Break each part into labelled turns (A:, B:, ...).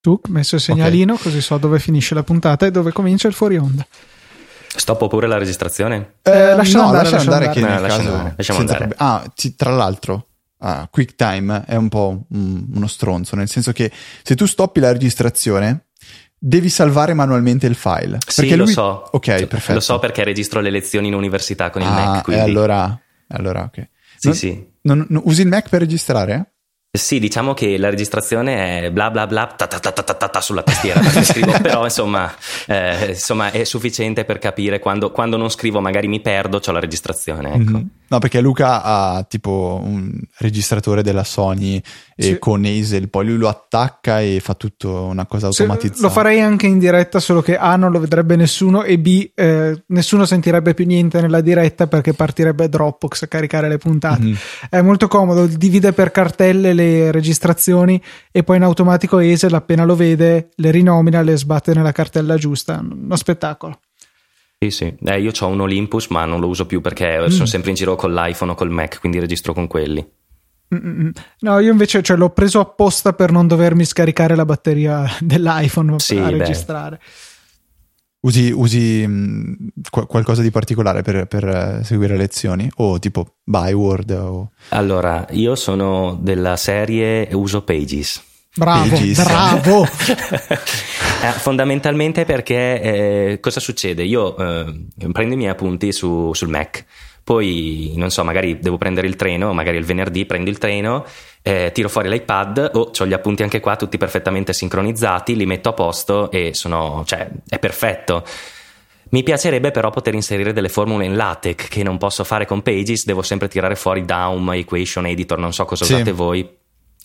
A: Tu messo il segnalino così so dove finisce la puntata e dove comincia il fuori onda.
B: Stoppo pure la registrazione?
A: Eh, lascia
C: no,
A: andare, lascia
C: lascia andare,
A: andare.
C: che
B: No,
C: nel
B: lascia
C: caso-
B: andare, lasciamo
C: senza
B: andare.
C: problemi. Ah, ti- tra l'altro, ah, QuickTime è un po' un- uno stronzo, nel senso che se tu stoppi la registrazione, devi salvare manualmente il file.
B: Sì,
C: Perché
B: lo
C: lui-
B: so.
C: Ok,
B: Cioè,
C: perfetto.
B: Lo so perché registro le lezioni in università con il
C: Ah,
B: Mac,
C: e
B: quindi...
C: allora, allora ok.
B: Sì,
C: Non-
B: sì.
C: non- non- usi il Mac per registrare?
B: Sì, diciamo che la registrazione è bla bla bla ta ta ta ta ta, ta, ta sulla tastiera perché scrivo, però insomma, eh, insomma è sufficiente per capire quando, quando non scrivo magari mi perdo, c'ho la registrazione, ecco.
C: Mhm. No, perché Luca ha tipo un registratore della Sony eh,
A: Sì.
C: con Hazel, poi lui lo attacca e fa tutto una cosa
A: Se-
C: automatizzata.
A: lo farei anche in diretta, solo che A non lo vedrebbe nessuno e B eh, nessuno sentirebbe più niente nella diretta perché partirebbe Dropbox a caricare le puntate.
B: Mm-hmm.
C: Mhm.
A: È molto comodo, divide per cartelle le registrazioni e poi in automatico Esel appena lo vede le rinomina, le sbatte nella cartella giusta. Uno spettacolo.
B: Sì, sì. Eh, io ho un Olympus, ma non lo uso più perché
C: Mm.
B: sono sempre in giro con l'iPhone o col Mac, quindi registro con quelli.
A: Mm-mm. No, io invece cioè, l'ho preso apposta per non dovermi scaricare la batteria dell'iPhone
B: Sì,
A: a
B: beh.
A: registrare.
C: Usi, usi, mh, qu- qualcosa di particolare per, per, eh, seguire le lezioni? O tipo Byword o
B: Allora, io sono della serie uso Pages.
A: Bravo,
C: Bellissimo.
A: bravo.
B: Eh, fondamentalmente perché eh, cosa succede? Io eh, prendo i miei appunti su- sul Mac, poi non so, magari devo prendere il treno, magari il venerdì prendo il treno, eh, tiro fuori l'iPad, o ho gli appunti anche qua tutti perfettamente sincronizzati, li metto a posto e sono, cioè, è perfetto. Mi piacerebbe però poter inserire delle formule in LaTeX che non posso fare con Pages, devo sempre tirare fuori Daum, Equation Editor, non so cosa
C: Sì.
B: usate voi,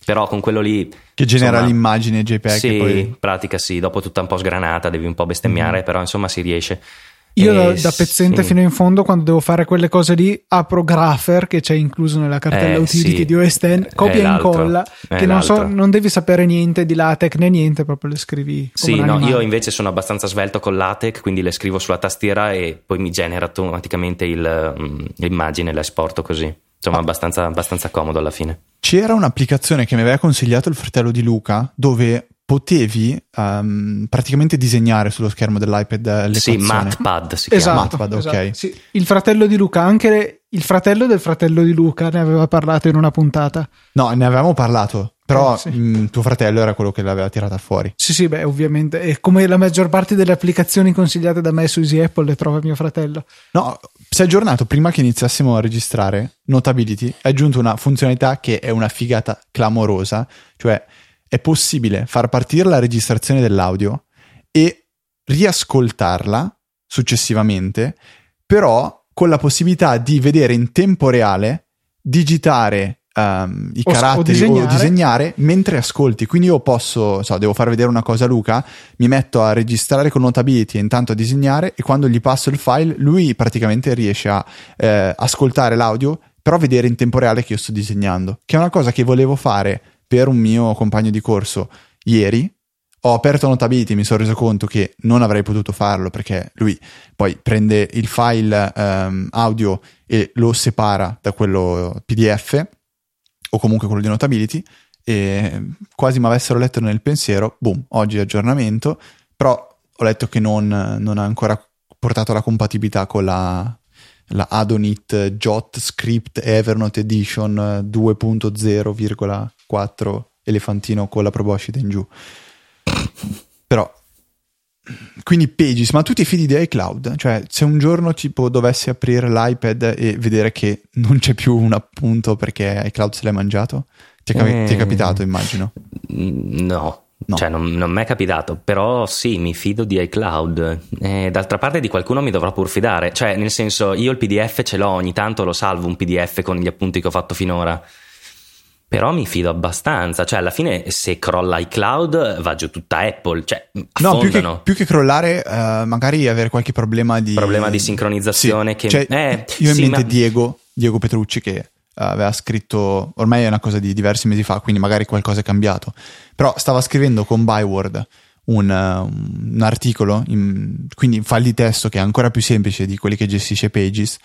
B: però con quello lì
C: che genera
B: Insomma,
C: l'immagine JPEG
B: sì,
C: e poi
B: in pratica sì, dopo tutta un po' sgranata, devi un po' bestemmiare, però insomma si riesce.
A: Mm. Io
B: Eh,
A: da, da pezzente
B: sì.
A: fino in fondo, quando devo fare quelle cose lì, apro Grapher che c'è incluso nella cartella
B: Eh,
A: utility
B: sì.
A: di OS X,
B: Eh,
A: copia e
B: l'altro.
A: incolla,
B: Eh,
A: che non, so-
B: l'altro.
A: non devi sapere niente di LaTeX né niente, proprio le scrivi. Come
B: Sì,
A: un
B: no,
A: animale.
B: io invece sono abbastanza svelto con LaTeX, quindi le scrivo sulla tastiera e poi mi genera automaticamente il, mm, l'immagine e la esporto così.
A: Ah.
B: Insomma, abbastanza, abbastanza comodo alla fine.
C: C'era un'applicazione che mi aveva consigliato il fratello di Luca dove potevi ehm, praticamente disegnare sullo schermo dell'iPad eh, le
B: sì,
C: equazioni.
B: Matpad si chiama.
A: Esatto,
C: Matpad, ok.
A: esatto. Sì, il fratello di Luca, anche le- il fratello del fratello di Luca ne aveva parlato in una puntata.
C: No, ne avevamo parlato, però
A: Eh, sì.
C: mh, tuo fratello era quello che l'aveva tirata fuori.
A: Sì, sì, beh, ovviamente. E come la maggior parte delle applicazioni consigliate da me su Easy Apple le trova mio fratello.
C: No, si è aggiornato prima che iniziassimo a registrare Notability, ha aggiunto una funzionalità che è una figata clamorosa, cioè è possibile far partire la registrazione dell'audio e riascoltarla successivamente, però con la possibilità di vedere in tempo reale, digitare ehm, i
A: O s- o
C: caratteri o disegnare.
A: disegnare.
C: mentre ascolti. Quindi io posso, so, devo far vedere una cosa a Luca, mi metto a registrare con Notability e intanto a disegnare e quando gli passo il file lui praticamente riesce a eh, ascoltare l'audio però vedere in tempo reale che io sto disegnando che è una cosa che volevo fare per un mio compagno di corso ieri ho aperto Notability e mi sono reso conto che non avrei potuto farlo perché lui poi prende il file ehm, audio e lo separa da quello PDF o comunque quello di Notability e quasi mi avessero letto nel pensiero, boom, oggi aggiornamento, però ho letto che non, non ha ancora portato la compatibilità con la, la Adonit Jot Script Evernote Edition 2.0,4 elefantino con la proboscide in giù. Però, quindi Pages, ma tu ti fidi di iCloud? Cioè, se un giorno tipo dovessi aprire l'iPad e vedere che non c'è più un appunto perché iCloud se l'hai mangiato? Ti è, capi-
B: Eh.
C: ti è capitato, immagino.
B: Mm, No.
C: No.
B: Cioè, non, non mi è capitato, però sì, mi fido di iCloud. Eh, d'altra parte di qualcuno mi dovrò pur fidare. Cioè, nel senso, io il PDF ce l'ho, ogni tanto lo salvo un PDF con gli appunti che ho fatto finora. Però mi fido abbastanza. Cioè, alla fine, se crolla iCloud, va giù tutta Apple. Cioè,
C: No, più
B: affondano.
C: che, più che crollare, eh, magari avere qualche problema di...
B: Problema di sincronizzazione
C: Sì,
B: che-
C: cioè,
B: eh,
C: io ho in
B: sì,
C: mente
B: ma-
C: Diego, Diego Petrucci che eh, aveva scritto, ormai è una cosa di diversi mesi fa, quindi magari qualcosa è cambiato, però stava scrivendo con Byword un, eh, un articolo, in- quindi in file di testo che è ancora più semplice di quelli che gestisce Pages,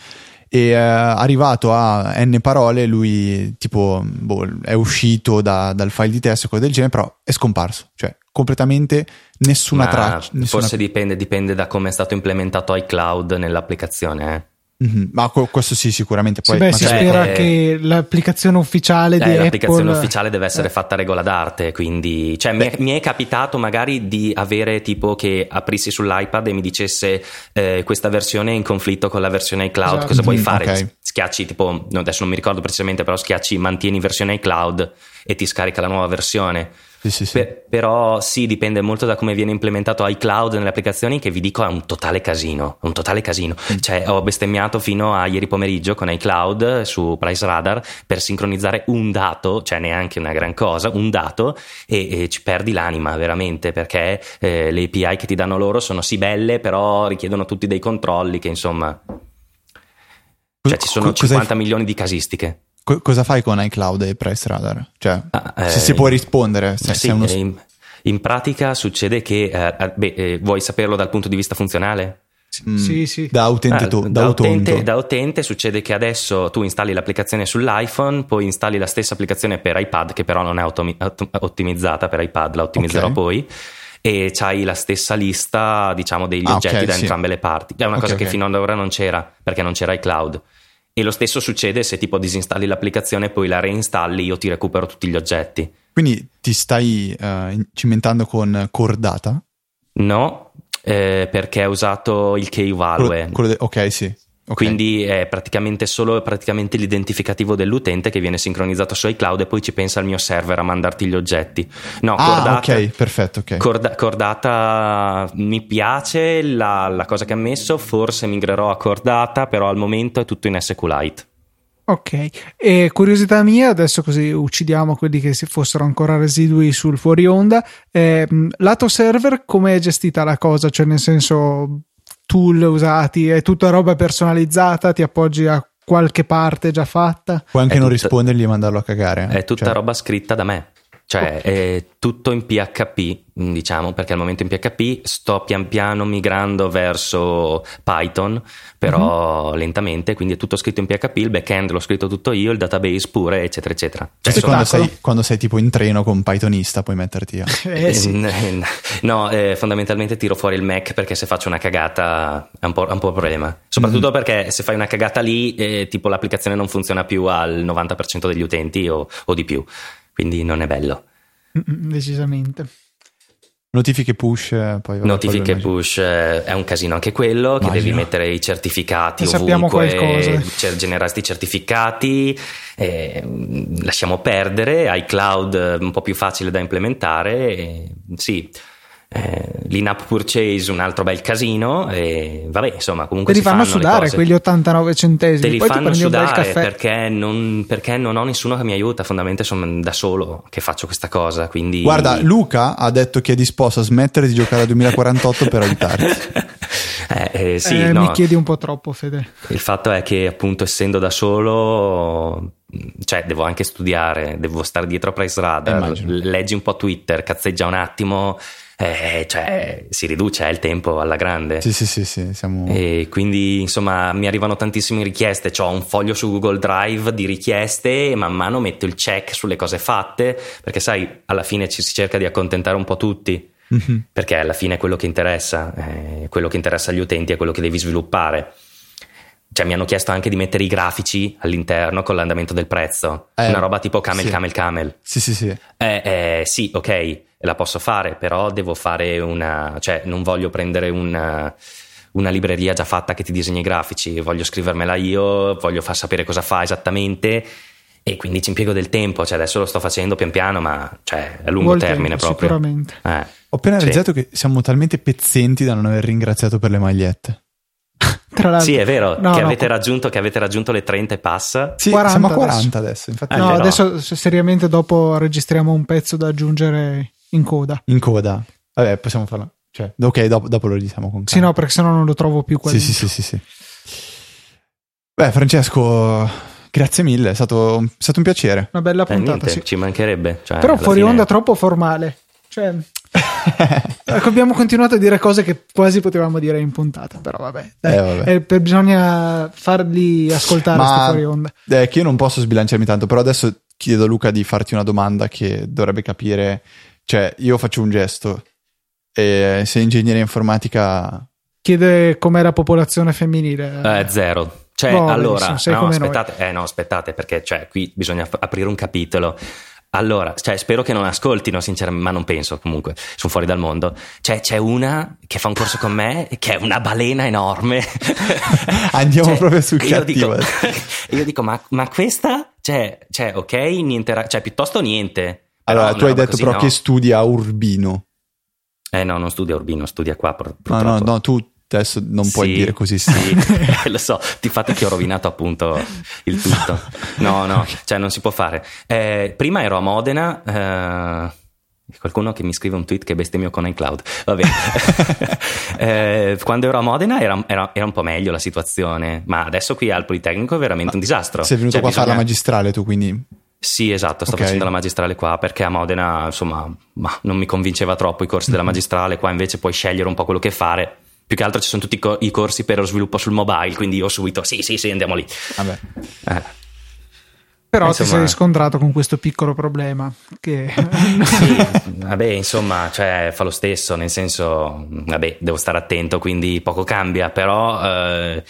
C: e eh, arrivato a n parole lui tipo boh, è uscito da- dal file di testo e cose del genere però è scomparso cioè completamente nessuna
B: Ma
C: traccia. nessuna-
B: Forse dipende, dipende da come è stato implementato iCloud nell'applicazione. eh.
C: Mhm, Ma co- questo sì, sicuramente. Poi
A: Sì, beh, si
B: cioè,
C: magari-
A: spera
B: eh,
A: che l'applicazione ufficiale di
B: Eh, l'applicazione
A: Apple Eh.
B: ufficiale deve essere fatta a regola d'arte, quindi cioè, mi, è, mi è capitato magari di avere tipo che aprissi sull'iPad e mi dicesse eh, questa versione è in conflitto con la versione iCloud,
A: Esatto.
B: cosa vuoi
C: Mm,
B: fare?
C: ok.
B: S- Schiacci tipo, no, adesso non mi ricordo precisamente, però schiacci mantieni versione iCloud e ti scarica la nuova versione.
C: Sì, sì, sì.
B: Per- però sì, dipende molto da come viene implementato iCloud nelle applicazioni, che vi dico è un totale casino. Un totale casino.
C: Mm.
B: Cioè, ho bestemmiato fino a ieri pomeriggio con iCloud eh, su PriceRadar per sincronizzare un dato, cioè neanche una gran cosa, un dato, e, e ci perdi l'anima veramente perché eh, le API che ti danno loro sono sì belle, però richiedono tutti dei controlli che insomma. Cioè, ci sono
C: Co- cosa hai-
B: 50 milioni di casistiche.
C: co- cosa fai con iCloud e Price Radar? Cioè,
B: Ah,
C: se
B: eh,
C: si può rispondere, se,
B: Sì,
C: se è uno-
B: eh, in, in pratica succede che, eh, eh, beh, eh, vuoi saperlo dal punto di vista funzionale?
C: mm,
A: Sì, sì.
C: da utente,
B: Ah,
C: to- da
B: da, utente,
C: utonto.
B: da utente succede che adesso tu installi l'applicazione sull'iPhone, poi installi la stessa applicazione per iPad, che però non è automi- auto- ottimizzata per iPad, la ottimizzerò
C: Ok.
B: poi. E c'hai la stessa lista, diciamo, degli
C: Ah,
B: oggetti
C: ok,
B: da
C: sì.
B: entrambe le parti. È una
C: Ok,
B: cosa che
C: ok.
B: fino ad ora non c'era, perché non c'era iCloud. E lo stesso succede se tipo disinstalli l'applicazione, poi la reinstalli, io ti recupero tutti gli oggetti.
C: Quindi ti stai eh, in- cimentando con Cordata?
B: No, eh, perché ha usato il key
C: Quello-
B: value.
C: quello de- ok, sì. ok.
B: Quindi è praticamente solo praticamente l'identificativo dell'utente che viene sincronizzato su iCloud e poi ci pensa il mio server a mandarti gli oggetti. No,
C: ah,
B: cordata,
C: ok, perfetto, ok.
B: corda- cordata mi piace la, la cosa che ha messo, forse migrerò a cordata, però al momento è tutto in SQLite.
A: Ok, e curiosità mia, adesso così uccidiamo quelli che si fossero ancora residui sul fuori onda. ehm, lato server, come è gestita la cosa? Cioè, nel senso, tool usati, è tutta roba personalizzata, ti appoggi a qualche parte già fatta?
C: Puoi anche
B: è
C: non
B: tutta-
C: rispondergli e mandarlo a cagare.
B: È tutta
C: cioè,
B: roba scritta da me. Cioè, è tutto in PHP, mh, diciamo, perché al momento in PHP sto pian piano migrando verso Python, però
A: Mhm.
B: lentamente, quindi è tutto scritto in PHP, il backend l'ho scritto tutto io, il database pure, eccetera, eccetera. Cioè,
C: sai
B: sono-
C: quando
A: spettacolo.
C: sei, quando sei tipo in treno con Pythonista puoi metterti a...
A: Eh
B: Mm.
A: sì.
B: No, eh, fondamentalmente tiro fuori il Mac perché se faccio una cagata è un po', è un po' un problema. Soprattutto
A: Mhm.
B: perché se fai una cagata lì, eh, tipo l'applicazione non funziona più al 90% degli utenti o- o di più, quindi non è bello.
A: Mm, decisamente.
C: Notifiche push, eh, poi... vabbè,
B: Notifiche
C: quello immagino.
B: push eh, è un casino anche quello, che
C: Immagino.
B: devi mettere i certificati
A: Ne sappiamo
B: ovunque, eh,
A: qualcosa.
B: cer- generare sti certificati, eh, mm, lasciamo perdere, iCloud eh, un po' più facile da implementare, eh, sì, eh, l'in-app purchase un altro bel casino, e vabbè insomma comunque
A: Te li
B: si
A: fanno
B: fanno le
A: sudare
B: cose.
A: quegli 89
B: Te
A: centesimi,
B: li
A: poi ti
B: fanno
A: prendi un bel
B: sudare
A: caffè.
B: perché non, perché non ho nessuno che mi aiuta, fondamentalmente sono da solo che faccio questa cosa, quindi...
C: Guarda, Luca ha detto che è disposto a smettere di giocare a 2048 per aiutarti.
B: Eh, eh, sì,
A: Eh, Mi
B: no,
A: chiedi un po' troppo, Fede.
B: Il fatto è che, appunto, essendo da solo, cioè, devo anche studiare, devo stare dietro a Price
C: Eh,
B: Radar,
C: immagino.
B: leggi un po' Twitter, cazzeggia un attimo, eh, cioè, si riduce eh, il tempo alla grande.
C: Sì, sì, sì, sì, siamo...
B: Eh. E quindi insomma mi arrivano tantissime richieste, ho un foglio su Google Drive di richieste e man mano metto il check sulle cose fatte perché sai alla fine ci si cerca di accontentare un po' tutti
C: Mhm.
B: perché alla fine è quello che interessa, eh, quello che interessa agli utenti è quello che devi sviluppare. Cioè, mi hanno chiesto anche di mettere i grafici all'interno con l'andamento del prezzo,
C: Eh,
B: una roba tipo camel,
C: sì.
B: camel, camel.
C: Sì, sì, sì.
B: Eh, eh, sì, ok, la posso fare, però devo fare una. cioè, non voglio prendere una, una libreria già fatta che ti disegni i grafici, voglio scrivermela io, voglio far sapere cosa fa esattamente. E quindi ci impiego del tempo, cioè adesso lo sto facendo pian piano, ma cioè, a lungo
A: Vuol
B: termine
A: tempo,
B: proprio.
A: Sicuramente.
B: Eh,
C: Ho appena
B: Sì.
C: realizzato che siamo talmente pezzenti da non aver ringraziato per le magliette.
A: Tra l'altro,
B: Sì, è vero,
A: No,
B: che,
A: no,
B: avete
A: co-
B: raggiunto, che avete raggiunto le 30 e passa.
C: Sì,
A: 40
C: siamo a
A: adesso.
C: 40 adesso, infatti
B: Eh,
A: no,
B: però-
A: adesso se- seriamente dopo registriamo un pezzo da aggiungere in coda.
C: in coda. Vabbè, possiamo farlo. Cioè, ok, dopo, dopo lo diciamo con
A: Sì,
C: calma.
A: no, perché sennò non lo trovo più quello.
C: Sì, sì, sì, sì, sì. Beh, Francesco, grazie mille, è stato, è stato un piacere.
A: Una bella
B: Eh,
A: puntata,
B: niente,
A: sì.
B: ci mancherebbe. cioè,
A: Però
B: alla
A: fuori
B: fine-
A: onda troppo formale. Cioè, ecco, abbiamo continuato a dire cose che quasi potevamo dire in puntata, però vabbè. dai.
C: Eh, vabbè.
A: Eh, per- bisogna farli ascoltare sti fuori onda.
C: eh, che io non posso sbilanciarmi tanto, però adesso chiedo a Luca di farti una domanda che dovrebbe capire Cioè, io faccio un gesto e se ingegneria informatica...
A: Chiede com'è la popolazione femminile.
B: Eh, zero. Cioè,
A: No,
B: allora,
A: benissimo, Boh, sei
B: no,
A: come noi.
B: aspettate, eh, no, aspettate, perché cioè, qui bisogna f- aprire un capitolo. Allora, cioè, spero che non ascoltino, sinceramente, ma non penso comunque, sono fuori dal mondo. Cioè, c'è una che fa un corso con me, che è una balena enorme. Cioè,
C: Andiamo proprio sul
B: io dico,
C: cattivo.
B: io dico, ma, ma questa, cioè, cioè, ok, niente, ra- cioè, piuttosto niente.
C: Allora,
B: Però
C: tu hai
B: una roba
C: detto
B: così,
C: però
B: no.
C: che studia a Urbino.
B: Eh no, non studia a Urbino, studia qua pur-
C: Ah, No,
B: purtroppo.
C: no, no, tu adesso non puoi
B: Sì,
C: dire così.
B: Sì, lo so, ti fate che ho rovinato appunto il tutto. No, no, cioè non si può fare. Eh, prima ero a Modena. eh, Qualcuno che mi scrive un tweet che bestemmio con iCloud. Va bene. Eh, quando ero a Modena era, era- era un po' meglio la situazione, ma adesso qui al Politecnico è veramente un disastro.
C: Sei venuto
B: Cioè,
C: qua a fare la
B: bisogna-
C: magistrale tu, quindi...
B: sì, esatto, sto
C: Ok.
B: facendo la magistrale qua perché a Modena, insomma, ma non mi convinceva troppo i corsi della magistrale, qua invece puoi scegliere un po' quello che fare. Più che altro ci sono tutti i, co- i corsi per lo sviluppo sul mobile, quindi io subito sì, sì, sì, andiamo lì.
C: Vabbè.
B: Eh,
A: Però
B: insomma-
A: ti sei scontrato con questo piccolo problema che
B: sì, Eh, vabbè, insomma, cioè, fa lo stesso, nel senso, vabbè, devo stare attento, quindi poco cambia, però eh,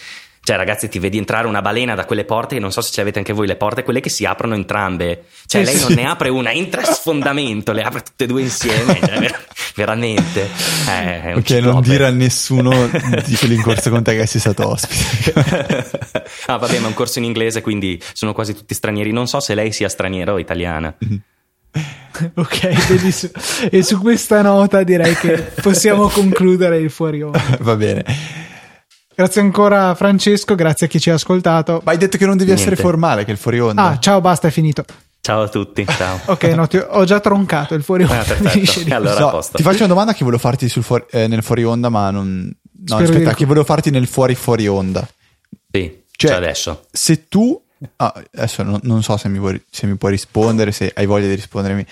B: cioè, ragazzi, ti vedi entrare una balena da quelle porte, non so se ce avete anche voi le porte, quelle che si aprono entrambe. Cioè,
A: Sì,
B: lei
A: sì.
B: non ne apre una, entra a sfondamento, le apre tutte e due insieme, cioè, ver- veramente. Eh, è
C: Ok,
B: un
C: non
B: ciclope.
C: dire a nessuno di quelli in corso con te che sei stato ospite.
B: ah, vabbè, ma è un corso in inglese, quindi sono quasi tutti stranieri. Non so se lei sia straniera o italiana.
A: ok, benissimo. E su questa nota direi che possiamo concludere il fuori onda.
C: Va bene.
A: Grazie ancora a Francesco, grazie a chi ci ha ascoltato.
C: Ma hai detto che non devi essere
B: Niente.
C: formale, che è il fuori onda.
A: Ah, ciao, basta, è finito.
B: Ciao a tutti, ciao.
A: Ok, no, ti- ho già troncato il fuori onda.
B: Ah, perfetto.
A: finisce lì.
B: Allora,
C: So,
B: a posto.
C: ti faccio una domanda che volevo farti sul fuori- eh, nel fuori onda, ma non. No,
A: Spero di
C: aspetta,
A: ricor-
C: che volevo farti nel fuori fuori onda.
B: Sì,
C: Cioè-
B: ciao adesso.
C: Se tu. ah, adesso non, non so se mi, vuoi- se mi puoi rispondere, se hai voglia di rispondermi.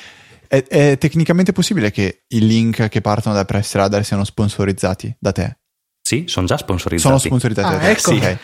C: È, è tecnicamente possibile che i link che partono da Press Radar siano sponsorizzati da te?
B: Sì, sono già sponsorizzati.
C: Sono sponsorizzati
A: Ah,
C: da te.
A: ecco.
B: Sì.
C: Ok.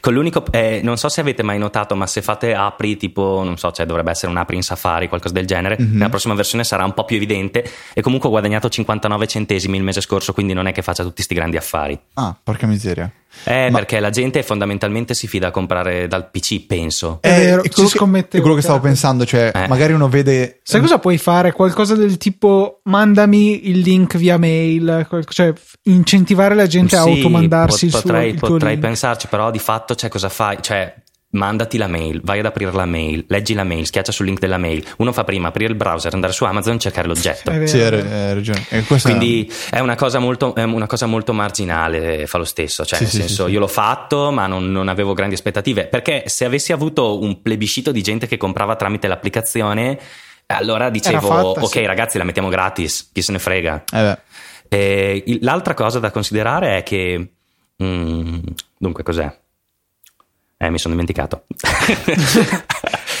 B: Con l'unico, eh, non so se avete mai notato, ma se fate apri tipo, non so, cioè dovrebbe essere un'apri in Safari, qualcosa del genere,
C: Mhm.
B: nella prossima versione sarà un po' più evidente e comunque ho guadagnato 59 centesimi il mese scorso, quindi non è che faccia tutti sti grandi affari.
C: Ah, porca miseria.
B: Eh,
C: Ma-
B: perché la gente fondamentalmente si fida a comprare dal PC, penso.
A: È vero, ci
C: Eh, quello che-
A: scommettevo,
C: è quello che stavo
A: chiaro.
C: pensando, cioè,
B: Eh.
C: magari uno vede.
A: Sai cosa puoi fare? Qualcosa del tipo mandami il link via mail, qual- cioè f- incentivare la gente a
B: Sì,
A: automandarsi il
B: pot-
A: suo
B: potrei,
A: il tuo
B: potrei
A: link.
B: pensarci, però di fatto, cioè, cosa fai? Cioè, mandati la mail, vai ad aprire la mail, leggi la mail, schiaccia sul link della mail. Uno fa prima aprire il browser, andare su Amazon, cercare l'oggetto.
A: È vero.
C: Sì, hai re- hai ragione. E questa-
A: esatto.
B: Quindi è una cosa molto, è una cosa molto marginale, fa lo stesso. Cioè,
C: Sì,
B: nel
C: sì,
B: senso,
C: sì, sì.
B: io l'ho fatto, ma non, non avevo grandi aspettative. Perché se avessi avuto un plebiscito di gente che comprava tramite l'applicazione, allora dicevo,
A: fatta,
B: ok,
A: sì.
B: ragazzi, la mettiamo gratis, chi se ne frega.
C: Eh beh.
B: E Eh, il- l'altra cosa da considerare è che. mm, dunque, cos'è? Eh, mi sono dimenticato.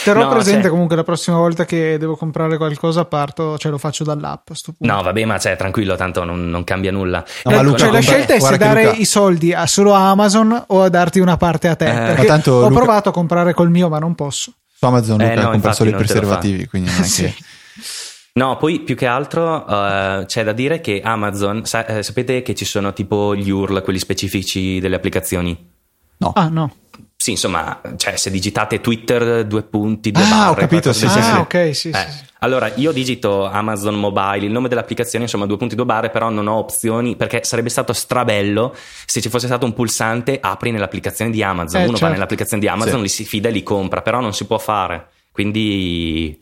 A: Terrò
B: No,
A: presente
B: cioè-
A: comunque la prossima volta che devo comprare qualcosa, parto, cioè lo faccio dall'app. a sto punto.
B: No, vabbè, ma cioè, tranquillo, tanto non, non cambia nulla.
C: No, ma
B: Ecco,
A: Ecco,
C: Luca
A: cioè, la
C: compra-
A: scelta è se
C: guarda che
A: dare
C: Luca-
A: i soldi a- solo a Amazon o a darti una parte a te.
B: Eh,
A: perché
C: ma tanto
A: ho
C: Luca-
A: provato a comprare col mio, ma non posso.
C: Su Amazon
B: Eh,
C: Luca
B: no,
C: compra
B: infatti
C: solo i
B: non te lo fa.
C: preservativi, quindi non è
A: Sì.
C: che...
B: No, poi più che altro eh, c'è da dire che Amazon, sa- eh, sapete che ci sono tipo gli URL, quelli specifici delle applicazioni?
C: No.
A: Ah, no.
B: Sì, insomma, cioè se digitate Twitter due punti, due
C: Ah,
B: barre,
C: ho capito,
B: qualcosa
C: sì,
B: del
A: ah,
B: genere.
A: ok, sì,
B: Eh,
A: sì, sì.
B: Allora, io digito Amazon Mobile, il nome dell'applicazione, insomma, due punti due barre, però non ho opzioni perché sarebbe stato strabello se ci fosse stato un pulsante apri nell'applicazione di Amazon.
A: Eh,
B: Uno va
A: certo.
B: nell'applicazione di Amazon,
C: Sì.
B: li si fida e li compra, però non si può fare. Quindi,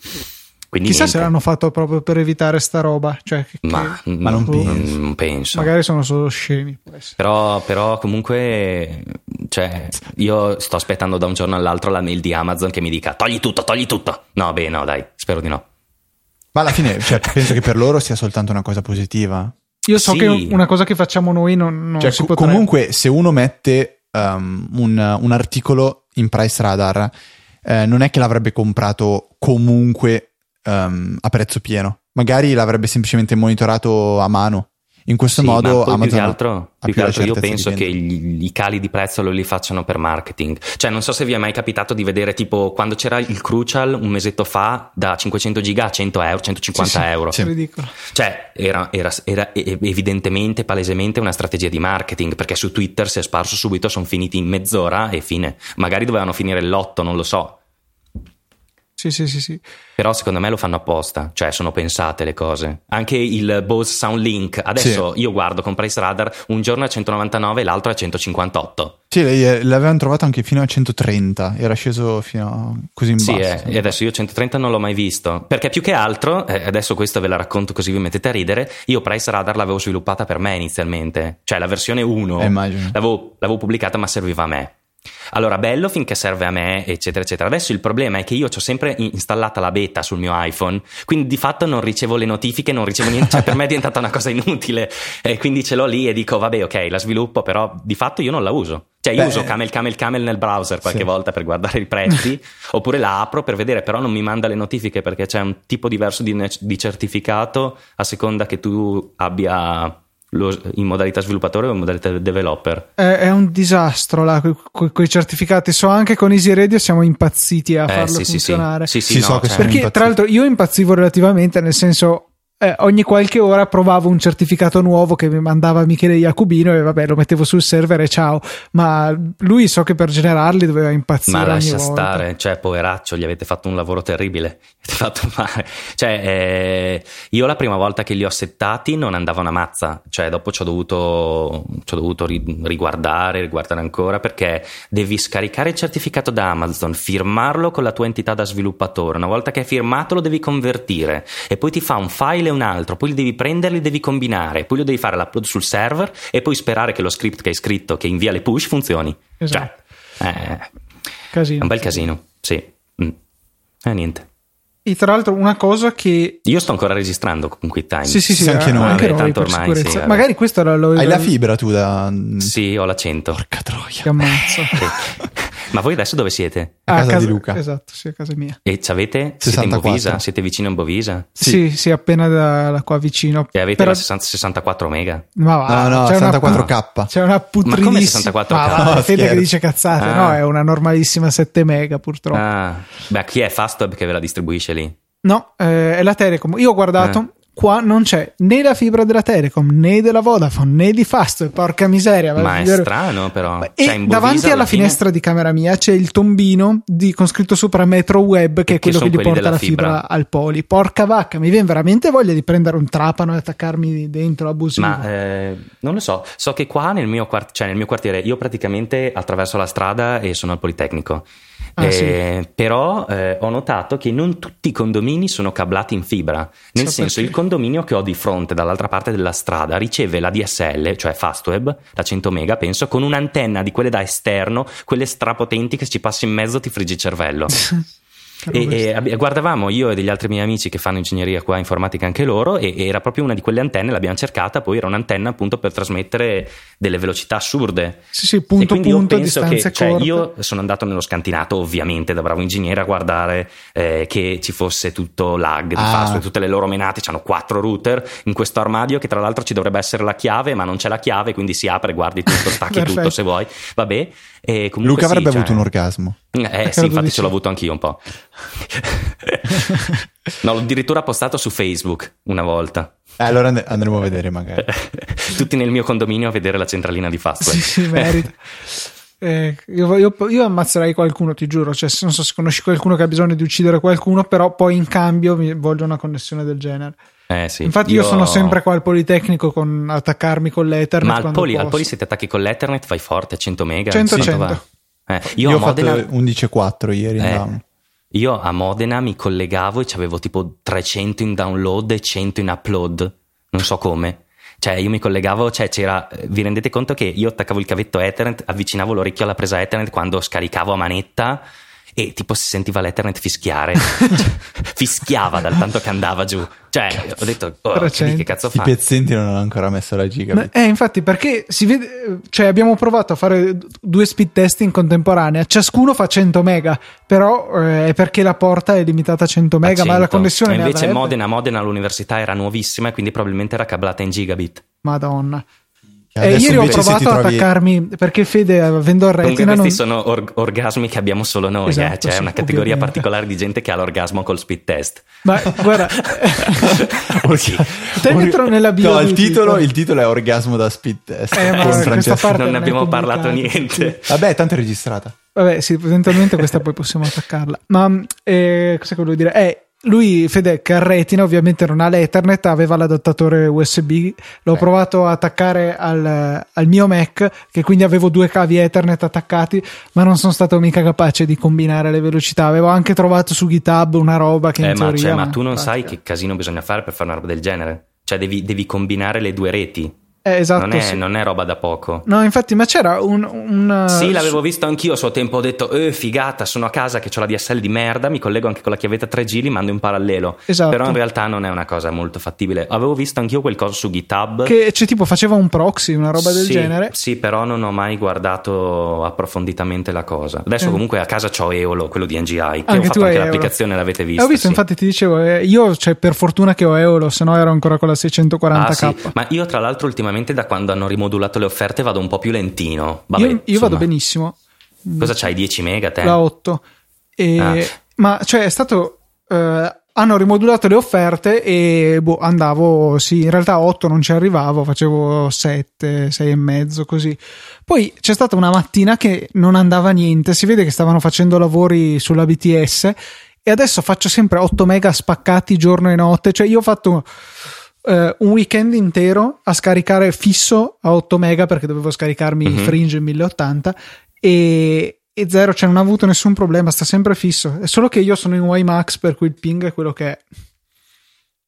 B: quindi
A: Chissà
B: niente.
A: se l'hanno fatto proprio per evitare sta roba. Cioè, che-
B: Ma,
A: che-
C: Ma non penso.
B: non penso.
A: magari sono solo scemi. può essere.
B: Però, però comunque, cioè, io sto aspettando da un giorno all'altro la mail di Amazon che mi dica togli tutto, togli tutto. No, beh, no, dai, spero di no.
C: Ma alla fine, cioè, penso che per loro sia soltanto una cosa positiva.
A: Io so
B: Sì.
A: che una cosa che facciamo noi non, non
C: Cioè,
A: si
C: co-
A: potrebbe.
C: comunque, se uno mette ehm, un, un articolo in Price Radar, eh, non è che l'avrebbe comprato comunque ehm, a prezzo pieno. Magari l'avrebbe semplicemente monitorato a mano In questo
B: Sì,
C: modo
B: ma poi
C: Amazon
B: più che
C: ha-
B: altro,
C: ha
B: più che
C: la
B: altro io
C: certezza di
B: penso che
C: vendere.
B: gli- i cali di prezzo lo li facciano per marketing. Cioè, non so se vi è mai capitato di vedere tipo quando c'era il Crucial un mesetto fa da 500 giga a 100 euro, 150
A: Sì, sì,
B: euro.
C: Sì.
A: Ridicolo.
B: Cioè, era, era- era e- evidentemente, palesemente una strategia di marketing, perché su Twitter si è sparso subito, sono finiti in mezz'ora e fine. Magari dovevano finire l'otto, non lo so.
A: Sì, sì, sì, sì.
B: Però secondo me lo fanno apposta, cioè sono pensate le cose. Anche il Bose Sound Link, adesso io guardo con Price Radar, un giorno è 199 e l'altro è 158.
C: Sì, lei- l'avevano trovato anche fino a 130, era sceso fino a così in
B: Sì,
C: basso.
B: eh, e adesso io 130 non l'ho mai visto. Perché più che altro, eh, adesso questo ve la racconto così vi mettete a ridere, io Price Radar l'avevo sviluppata per me inizialmente, cioè la versione 1.
C: Eh, immagino.
B: L'avevo, l'avevo pubblicata, ma serviva a me. Allora, bello finché serve a me, eccetera, eccetera. Adesso il problema è che io ho sempre in- installata la beta sul mio iPhone, quindi di fatto non ricevo le notifiche, non ricevo niente. Cioè, per me è diventata una cosa inutile. E quindi ce l'ho lì e dico, vabbè, ok, la sviluppo, però di fatto io non la uso. Cioè, io
C: Beh,
B: uso camel, camel, camel nel browser qualche
C: sì.
B: volta per guardare i prezzi, oppure la apro per vedere, però non mi manda le notifiche perché c'è un tipo diverso di, ne- di certificato a seconda che tu abbia lo- in modalità sviluppatore o in modalità developer.
A: È, è un disastro là, con quei certificati. So anche con Easy Radio siamo impazziti a
B: Eh,
A: farlo
B: sì, sì, sì.
A: funzionare.
B: Sì, sì,
C: Sì,
B: no,
C: so che
B: cioè-
C: sono
A: Perché
C: impazzito.
A: tra l'altro io impazzivo relativamente, nel senso eh, ogni qualche ora provavo un certificato nuovo che mi mandava Michele Iacubino e vabbè lo mettevo sul server e ciao, ma lui so che per generarli doveva impazzire.
B: Ma
A: ogni
B: lascia
A: volta.
B: stare, cioè, poveraccio, gli avete fatto un lavoro terribile. Gli avete fatto male. Cioè, eh, io la prima volta che li ho settati non andava una mazza. Cioè, dopo ci ho dovuto, ci ho dovuto ri- riguardare, riguardare ancora, perché devi scaricare il certificato da Amazon, firmarlo con la tua entità da sviluppatore. Una volta che hai firmato, lo devi convertire e poi ti fa un file e un altro. Poi li devi prendere, li devi combinare. Poi lo devi fare l'upload sul server e poi sperare che lo script che hai scritto, che invia le push, funzioni.
A: Esatto.
B: Cioè, eh,
A: Casino.
B: è un bel casino, sì. Mm. Eh, niente.
A: E tra l'altro una cosa che...
B: Io sto ancora registrando con QuickTime.
A: Sì, sì, sì,
C: Sì, anche
A: eh,
C: noi.
A: anche
B: Vabbè,
A: noi
B: tanto
A: per
B: ormai,
A: sicurezza.
B: sì, vabbè.
A: Magari questo era lo...
C: Hai la
A: lo-
C: fibra tu da...
B: Sì, ho la 100.
C: Porca
A: Ti
C: troia.
A: ammazzo.
B: Ma voi adesso dove siete?
C: A casa di Luca.
A: Esatto, sì, a casa mia.
B: E ci avete? Siete in
C: 64.
B: Bovisa? Siete vicino a Bovisa?
A: Sì, sì, appena da, da qua vicino.
B: E avete
A: Però-
B: la 60 64 mega?
A: Ma va,
C: No, no,
A: c'è una-
C: 64k.
A: C'è una putridissima.
B: come 64K?
A: Ma va, Fede
C: No,
A: che
C: scherzo.
A: dice cazzate,
B: Ah.
A: no? È una normalissima 7 mega purtroppo.
B: Ah, beh, chi è Fastweb che ve la distribuisce lì?
A: No, eh, è la Telecom. Io ho guardato,
B: Eh.
A: qua non c'è né la fibra della Telecom, né della Vodafone, né di Fast. Porca miseria.
B: Ma è
A: vero-
B: strano, però.
A: E
B: Cioè, in Bovisa,
A: davanti alla
B: alla fine-
A: finestra di camera mia c'è il tombino di- con scritto sopra Metro Web, che è
B: Che
A: quello che
B: son
A: gli
B: quelli
A: porta
B: della
A: la fibra.
B: fibra.
A: al poli. Porca vacca, mi viene veramente voglia di prendere un trapano e attaccarmi dentro abusivo.
B: Ma eh, non lo so, so che qua nel mio, quart- cioè nel mio quartiere io praticamente attraverso la strada e sono al Politecnico.
A: Ah,
B: Eh, Però eh, ho notato che non tutti i condomini sono cablati in fibra, nel
A: So
B: senso
A: perché.
B: il condominio che ho di fronte dall'altra parte della strada riceve la DSL, cioè Fastweb, la 100 mega penso, con un'antenna di quelle da esterno, quelle strapotenti che ci passi in mezzo ti friggi il cervello.
A: Però
B: E,
A: questo-
B: e abbi- guardavamo io e degli altri miei amici che fanno ingegneria qua informatica anche loro e, e era proprio una di quelle antenne l'abbiamo cercata poi era un'antenna appunto per trasmettere delle velocità assurde
A: Sì, sì,
B: e
A: punto,
B: quindi io
A: punto,
B: penso
A: distanze
B: che cioè,
A: corte.
B: io sono andato nello scantinato ovviamente da bravo ingegnere a guardare eh, che ci fosse tutto lag di
C: Ah.
B: fast, tutte le loro menate hanno quattro router in questo armadio che tra l'altro ci dovrebbe essere la chiave ma non c'è la chiave quindi si apre guardi tutto stacchi tutto
A: Perfetto.
B: se vuoi vabbè e comunque
C: Luca
B: sì,
C: avrebbe
B: cioè-
C: avuto un orgasmo.
B: eh
A: Credo
B: sì,
A: di
B: infatti
A: sì.
B: ce l'ho avuto anch'io un po'. no, l'ho addirittura postato su Facebook una volta.
C: Eh, allora and- andremo a vedere magari.
B: Eh, Tutti nel mio condominio a vedere la centralina di Fastweb.
A: Sì, sì, merita. Eh, io, io- io ammazzerei qualcuno, ti giuro. Cioè, se- non so se conosci qualcuno che ha bisogno di uccidere qualcuno, però poi in cambio mi voglio una connessione del genere.
B: Eh, sì.
A: Infatti, io... sono sempre qua al Politecnico con attaccarmi con l'Ethernet.
B: Ma al
A: quando
B: poli, al
A: posso.
B: poli se ti attacchi con l'Ethernet fai forte, 100 mega.
A: 100,
B: quanto
A: 100.
B: va? Eh, io, a
C: ho fatto
B: Modena,
C: 11.4 ieri.
B: Eh.
C: andavamo.
B: io a Modena mi collegavo e avevo tipo 300 in download e 100 in upload. Non so come. Cioè, io mi collegavo, cioè c'era. Vi rendete conto che io attaccavo il cavetto Ethernet, avvicinavo l'orecchio alla presa Ethernet quando scaricavo a manetta e tipo si sentiva l'Ethernet fischiare. Cioè, fischiava dal tanto che andava giù. Cioè, ho detto, oh, che,
A: 300.
B: che cazzo
C: I
B: fa?
C: pezzenti non hanno ancora messo la giga.
A: Ma- eh, infatti, perché si vede, cioè, abbiamo provato a fare d- due speed test in contemporanea, ciascuno fa 100 mega, però eh, è perché la porta è limitata a 100 mega, ma la
B: 100.
A: connessione
B: E
A: ne
B: invece
A: avrebbe.
B: Modena, Modena all'università era nuovissima e quindi probabilmente era cablata in gigabit.
A: Madonna.
C: E
A: Eh,
C: adesso
A: ieri ho
C: invece se
A: provato
C: ti
A: a
C: trovi-
A: attaccarmi perché Fede, avendo il
B: Comunque
A: retina,
B: questi
A: non...
B: sono org- orgasmi che abbiamo solo noi, eh,
A: Esatto,
B: cioè è
A: sì,
B: una categoria
A: ovviamente. Eh,
B: particolare di gente che ha l'orgasmo col speed test.
A: ma guarda,
B: Sì.
A: te ne tro- nella bio
C: No,
A: del
C: il titolo,
A: titolo.
C: il titolo è Orgasmo da speed test.
A: Eh, ma
C: con
A: questa
C: Francesco.
A: parte
B: non ne
A: non è
B: abbiamo
A: pubblicata,
B: parlato
A: sì, sì.
B: niente.
C: Vabbè, tanto è registrata.
A: vabbè, sì, eventualmente questa poi possiamo attaccarla. Ma mh, eh, cosa volevo dire? Eh, lui, Fede, che ha retina, ovviamente non ha l'Ethernet, aveva l'adattatore USB. L'ho
C: Eh.
A: provato a attaccare al, al mio Mac, che quindi avevo due cavi Ethernet attaccati, ma non sono stato mica capace di combinare le velocità. Avevo anche trovato su GitHub una roba che in
B: Eh, ma,
A: teoria...
B: cioè, ma tu non
A: pratica.
B: sai che casino bisogna fare per fare una roba del genere. Cioè, devi, devi combinare le due reti.
A: Eh, esatto,
B: non, è,
A: sì.
B: non è roba da poco.
A: No, infatti, ma c'era un. un
B: Sì, l'avevo visto anch'io a suo tempo. Ho detto, eh, figata, sono a casa che ho la DSL di merda. Mi collego anche con la chiavetta 3G, li mando in parallelo.
A: Esatto.
B: Però in realtà non è una cosa molto fattibile. Avevo visto anch'io quel coso su GitHub.
A: Che cioè, tipo faceva un proxy, una roba del
B: Sì,
A: genere.
B: Sì, però non ho mai guardato approfonditamente la cosa. Adesso,
A: Eh.
B: comunque, a casa c'ho Eolo, quello di NGI, che ho
A: Anche tu
B: fatto
A: hai
B: anche
A: Eolo.
B: l'applicazione, l'avete vista.
A: Eh, ho visto,
B: sì.
A: infatti, ti dicevo, eh, io cioè, per fortuna che ho Eolo, se no ero ancora con la 640k.
B: Ah, sì. Ma io, tra l'altro, ultimamente da quando hanno rimodulato le offerte vado un po' più lentino. Vabbè,
A: io, io vado
B: insomma.
A: benissimo,
B: Cosa c'hai? 10 mega te?
A: la 8. E-
B: Ah.
A: Ma cioè, è stato. eh, hanno rimodulato le offerte e boh, andavo, sì, in realtà a 8 non ci arrivavo, facevo 7, 6 e mezzo così. Poi c'è stata una mattina che non andava niente, si vede che stavano facendo lavori sulla BTS e adesso faccio sempre 8 mega spaccati giorno e notte, cioè io ho fatto eh, un weekend intero a scaricare fisso a 8 mega perché dovevo scaricarmi il
B: Mhm.
A: Fringe in 1080 e, e zero, cioè non ha avuto nessun problema, sta sempre fisso, è solo che io sono in WiMAX per cui il ping è quello che è.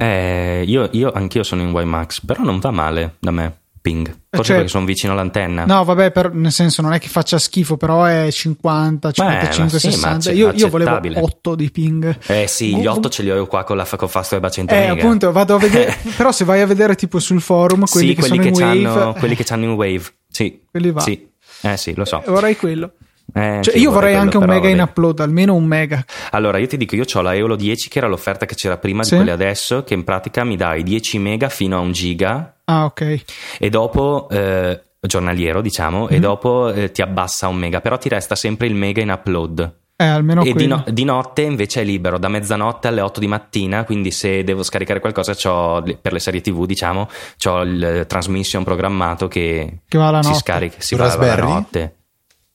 B: Eh, io, io anch'io sono in WiMAX, però non va male da me. Ping. Forse
A: Cioè-
B: perché sono vicino all'antenna.
A: No, vabbè, per- nel senso non è che faccia schifo, però è 50,
B: Beh, ma
A: 55,
B: sì, ma
A: 60.
B: acce-
A: Io, io volevo
B: accettabile.
A: 8 di ping.
B: Eh sì, gli
A: Oh,
B: 8 ce li ho qua con la con Fast Web a 100
A: Eh,
B: mega.
A: appunto, vado a vedere. però se vai a vedere tipo sul forum quelli
B: sì,
A: che
B: quelli,
A: sono
B: che
A: in wave,
B: c'hanno,
A: eh,
B: quelli che c'hanno in Wave. Sì.
A: quelli va.
B: Sì. Eh sì, lo so.
A: Eh, Vorrei quello.
B: Eh,
A: Cioè,
B: sì,
A: io vorrei
B: quello,
A: anche un
B: però
A: mega in
B: vabbè.
A: upload, almeno un mega.
B: Allora, io ti dico, io ho la Eolo 10 che era l'offerta che c'era prima
A: Sì.
B: di quelle adesso, che in pratica mi dai 10 mega fino a 1 giga
A: Ah, ok.
B: e dopo eh, giornaliero, diciamo, e
A: Mhm.
B: dopo eh, ti abbassa un mega, però ti resta sempre il mega in upload.
A: Eh, almeno
B: e di,
A: quello.
B: no- di notte invece è libero, da mezzanotte alle 8 di mattina, quindi se devo scaricare qualcosa c'ho, le- per le serie TV, diciamo, ho il eh, transmission programmato che
A: Che va la
B: si
A: notte.
B: scarica, si
C: Un
B: va va la
C: Raspberry?
B: notte.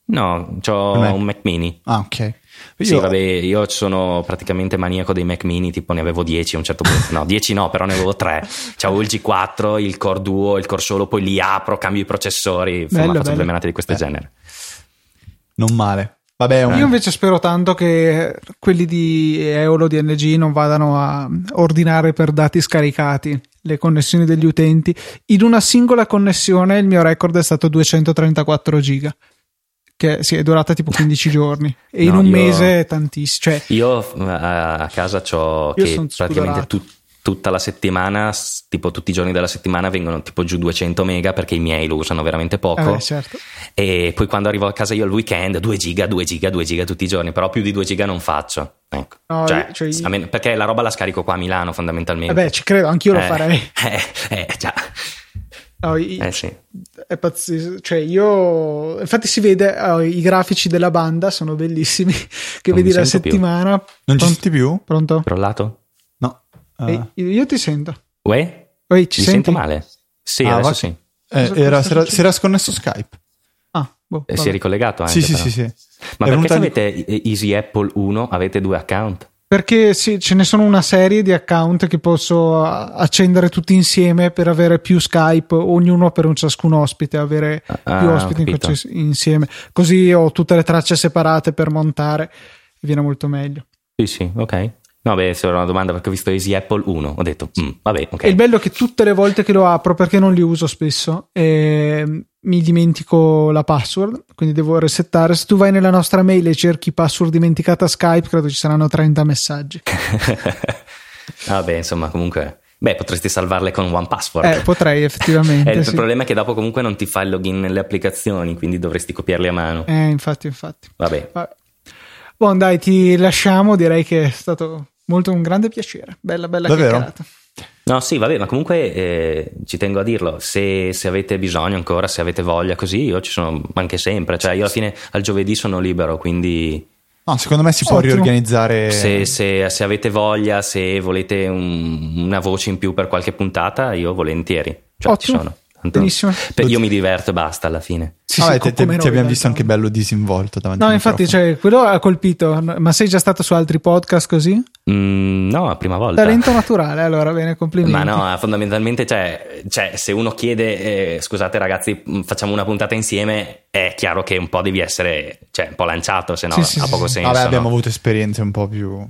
B: No, ho
C: Com'è?
B: un Mac mini.
C: Ah, ok. Io-
B: Sì, vabbè, io sono praticamente maniaco dei Mac mini, tipo ne avevo 10 a un certo punto, no, 10 no, però ne avevo 3. C'avevo il G4, il Core Duo, il Core Solo, poi li apro, cambio i processori, insomma,
A: Bello,
B: faccio
A: bello.
B: plemenate di questo
C: Eh.
B: genere.
C: Non male. Vabbè,
B: Eh.
C: è un-
A: Io invece spero tanto che quelli di Eolo, di NG non vadano a ordinare per dati scaricati le connessioni degli utenti. In una singola connessione il mio record è stato 234 giga, che sì, è durata tipo 15 giorni e in
B: No,
A: un
B: io-
A: mese è tantissimo. Cioè,
B: Io f- a a casa ho
A: Io
B: che
A: son
B: praticamente
A: spudorato.
B: tu- tutta la settimana, s- tipo tutti i giorni della settimana vengono tipo giù 200 mega perché i miei lo usano veramente
A: eh,
B: poco
A: beh, certo.
B: e poi quando arrivo a casa io al weekend 2 giga, 2 giga, 2 giga tutti i giorni, però più di 2 giga non faccio. Ecco.
A: No,
B: Cioè,
A: io- cioè io-
B: a meno- perché la roba la scarico qua a Milano fondamentalmente.
A: Vabbè, ci credo, anch'io lo
B: Eh,
A: farei.
B: Eh, eh, già.
A: No, i-
B: Eh, sì.
A: È pazzesco, cioè io infatti si vede eh, i grafici della banda sono bellissimi che
B: Non
A: vedi
B: mi
A: la
B: sento più.
A: settimana.
C: Non ci
A: Pronto?
C: senti più?
A: Pronto?
B: Crollato?
C: No. Ah.
A: Ehi, io- io ti sento.
B: Uè?
A: Oi, ci
B: Mi
A: senti?
B: sento male? Sì,
C: Ah,
B: adesso
C: va-
B: sì.
C: Eh,
A: Cosa-
C: era-
A: cosa
C: si, era,
A: succede?
C: si era sconnesso Skype.
A: Ah, boh,
B: Eh,
A: vabbè.
B: si è ricollegato anche.
C: Sì, sì,
B: però.
C: sì, sì.
B: Ma
C: È
B: perché
C: venuta
B: se
C: lì-
B: avete E- Easy Apple 1 avete due account?
A: Perché sì, ce ne sono una serie di account che posso a- accendere tutti insieme per avere più Skype, ognuno per un ciascun ospite, avere
B: Ah,
A: più
B: ho
A: ospiti in
B: capito.
A: qualsiasi- insieme. Così ho tutte le tracce separate per montare, viene molto meglio.
B: Sì, sì, ok. No, beh, se era una domanda perché ho visto Easy Apple 1, ho detto, "Mm, vabbè, ok.
A: E il bello è che tutte le volte che lo apro, perché non li uso spesso, ehm, mi dimentico la password, quindi devo resettare. Se tu vai nella nostra mail e cerchi password dimenticata Skype, credo ci saranno 30 messaggi.
B: vabbè, insomma, comunque... Beh, potresti salvarle con One Password. Eh,
A: Eh, potrei effettivamente.
B: il
A: sì.
B: problema è che dopo comunque non ti fa il login nelle applicazioni, quindi dovresti copiarle a mano.
A: Eh, infatti, infatti.
B: Vabbè,
A: Vabbè. Buon, dai, ti lasciamo. Direi che è stato molto un grande piacere. Bella, bella
C: Davvero?
A: chiacchierata.
B: No, sì, vabbè, ma comunque eh, ci tengo a dirlo, se, se avete bisogno ancora, se avete voglia, così io ci sono anche sempre, cioè io alla fine al giovedì sono libero, quindi
C: No, secondo me si può
A: Ottimo. Eh.
C: riorganizzare.
B: se, se- se avete voglia, se volete un- una voce in più per qualche puntata, io volentieri, cioè ci
A: Ottimo.
B: sono. Tanto-
A: Benissimo.
B: Beh, io mi diverto e basta alla fine.
A: Sì,
C: Vabbè,
A: sì,
C: te-
A: co-
C: te-
A: come
C: ti
A: noi,
C: abbiamo
A: dai,
C: visto anche bello disinvolto davanti
A: No,
C: al
A: infatti,
C: microfono.
A: cioè, quello ha colpito. No, Ma sei già stato su altri podcast così?
B: Mm, no, la prima volta.
A: Talento naturale, allora, bene, complimenti.
B: Ma no, eh, fondamentalmente, cioè, cioè, se uno chiede, eh, scusate ragazzi, mh, facciamo una puntata insieme, è chiaro che un po' devi essere, cioè, un po' lanciato, se no
A: Sì, sì,
B: ha
A: sì,
B: poco
A: sì.
B: senso.
C: Vabbè, abbiamo
B: no?
C: avuto esperienze un po' più.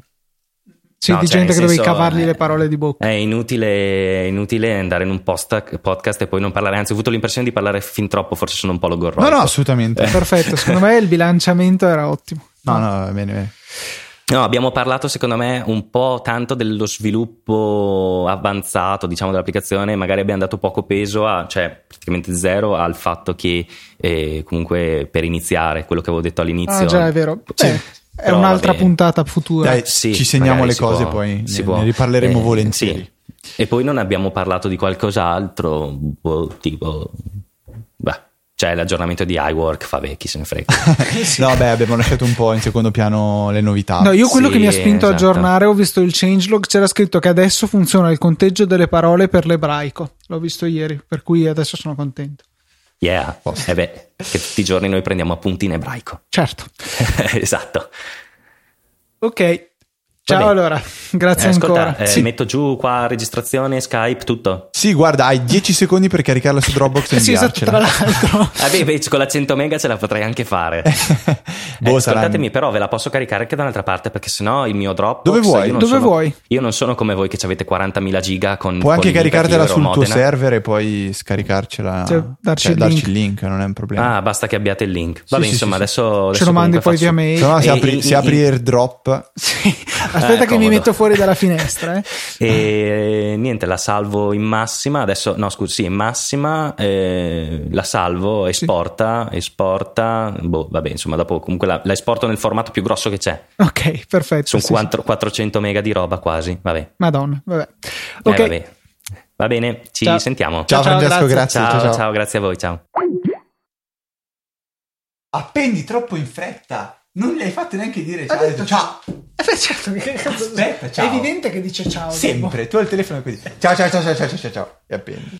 A: Sì,
B: No,
A: di
B: cioè,
A: gente
B: nel
A: che dovevi
B: senso,
A: cavargli
B: eh,
A: le parole di bocca.
B: È inutile, è inutile andare in un post- podcast e poi non parlare, anzi ho avuto l'impressione di parlare fin troppo, forse sono un po' logorroico.
C: No, no,
B: Eh.
C: assolutamente.
A: Perfetto, secondo me il bilanciamento era ottimo.
C: No, no, va bene, bene.
B: No, abbiamo parlato secondo me un po' tanto dello sviluppo avanzato, diciamo, dell'applicazione, magari abbiamo dato poco peso, a, cioè praticamente zero, al fatto che eh, comunque per iniziare quello che avevo detto
A: Ah,
B: all'inizio.
A: già, è vero.
B: Sì.
A: Beh, è
B: Però,
A: un'altra
B: vabbè.
A: puntata futura.
C: Dai,
B: Eh, Sì,
C: Eh, ci segniamo
B: magari
C: le
B: si
C: cose
B: può-
C: poi.
B: si
C: ne,
B: può.
C: ne riparleremo
B: Eh,
C: volentieri.
B: sì. E poi non abbiamo parlato di qualcos'altro, boh, tipo, beh, cioè l'aggiornamento di iWork, vabbè, chi se ne frega.
C: no, beh, abbiamo lasciato un po' in secondo piano le novità.
A: No, io quello
B: Ah, Sì,
A: che mi ha spinto a
B: esatto.
A: aggiornare, ho visto il changelog, c'era scritto che adesso funziona il conteggio delle parole per l'ebraico. L'ho visto ieri, per cui adesso sono contento.
B: Yeah, eh beh, che tutti i giorni noi prendiamo appunti in ebraico.
A: Certo.
B: esatto.
A: Ok. Ciao
B: bene.
A: allora, grazie
B: Eh, ascolta,
A: ancora.
B: eh,
C: Sì.
B: metto giù qua registrazione, Skype, tutto.
C: Sì, guarda, hai 10 secondi per caricarla su Dropbox e
A: sì, esatto,
C: inviarcela.
A: tra l'altro.
B: Ah, beh, beh, con la 100 mega ce la potrei anche fare. Eh,
C: boh, sarà-
B: ascoltatemi, però ve la posso caricare anche da un'altra parte perché sennò il mio Dropbox
C: Dove vuoi?
B: io non
A: Dove
B: sono-
A: vuoi?
B: Io non sono come voi che ci avete 40.000 giga con
C: Puoi anche
B: con il
C: caricartela
B: Euro
C: sul tuo
B: Modena.
C: server e poi scaricarcela.
A: Cioè, darci il link.
C: non è un problema.
B: Ah, basta che abbiate il link.
C: Sì,
B: Vabbè,
C: sì,
B: insomma,
C: sì, sì.
B: adesso
A: Ce
B: adesso
A: lo mandi poi
B: comunque
A: via mail.
B: faccio-
C: Se no, si
B: e-
C: apri,
B: e-
C: si apri
B: e-
C: airdrop.
A: Sì. Aspetta che mi
B: Eh, Ecco, comodo.
A: metto fuori dalla finestra, eh.
B: E eh, niente, la salvo in massima. Adesso, no, scusi, sì, in massima eh, la salvo, esporta, esporta. Boh, vabbè, insomma, dopo comunque la, la esporto nel formato più grosso che c'è.
A: Ok, perfetto.
B: Sono
A: sì, sì.
B: 4- 400 mega di roba quasi. Vabbè,
A: Madonna, vabbè.
B: Eh,
A: Ok.
B: vabbè. va bene, ci
A: Ciao.
B: sentiamo.
C: Ciao,
A: ciao,
C: Francesco,
A: grazie.
C: grazie. ciao, ciao.
B: ciao, grazie a voi, ciao.
C: Appendi troppo in fretta. Non gli hai fatto neanche dire
A: ciao, Ha detto hai detto
C: ciao.
A: Eh, beh, certo, che cazzo-
C: Aspetta, ciao.
A: È evidente che dice ciao. dopo.
C: tu al telefono così. Ciao ciao ciao ciao ciao ciao. E appendi.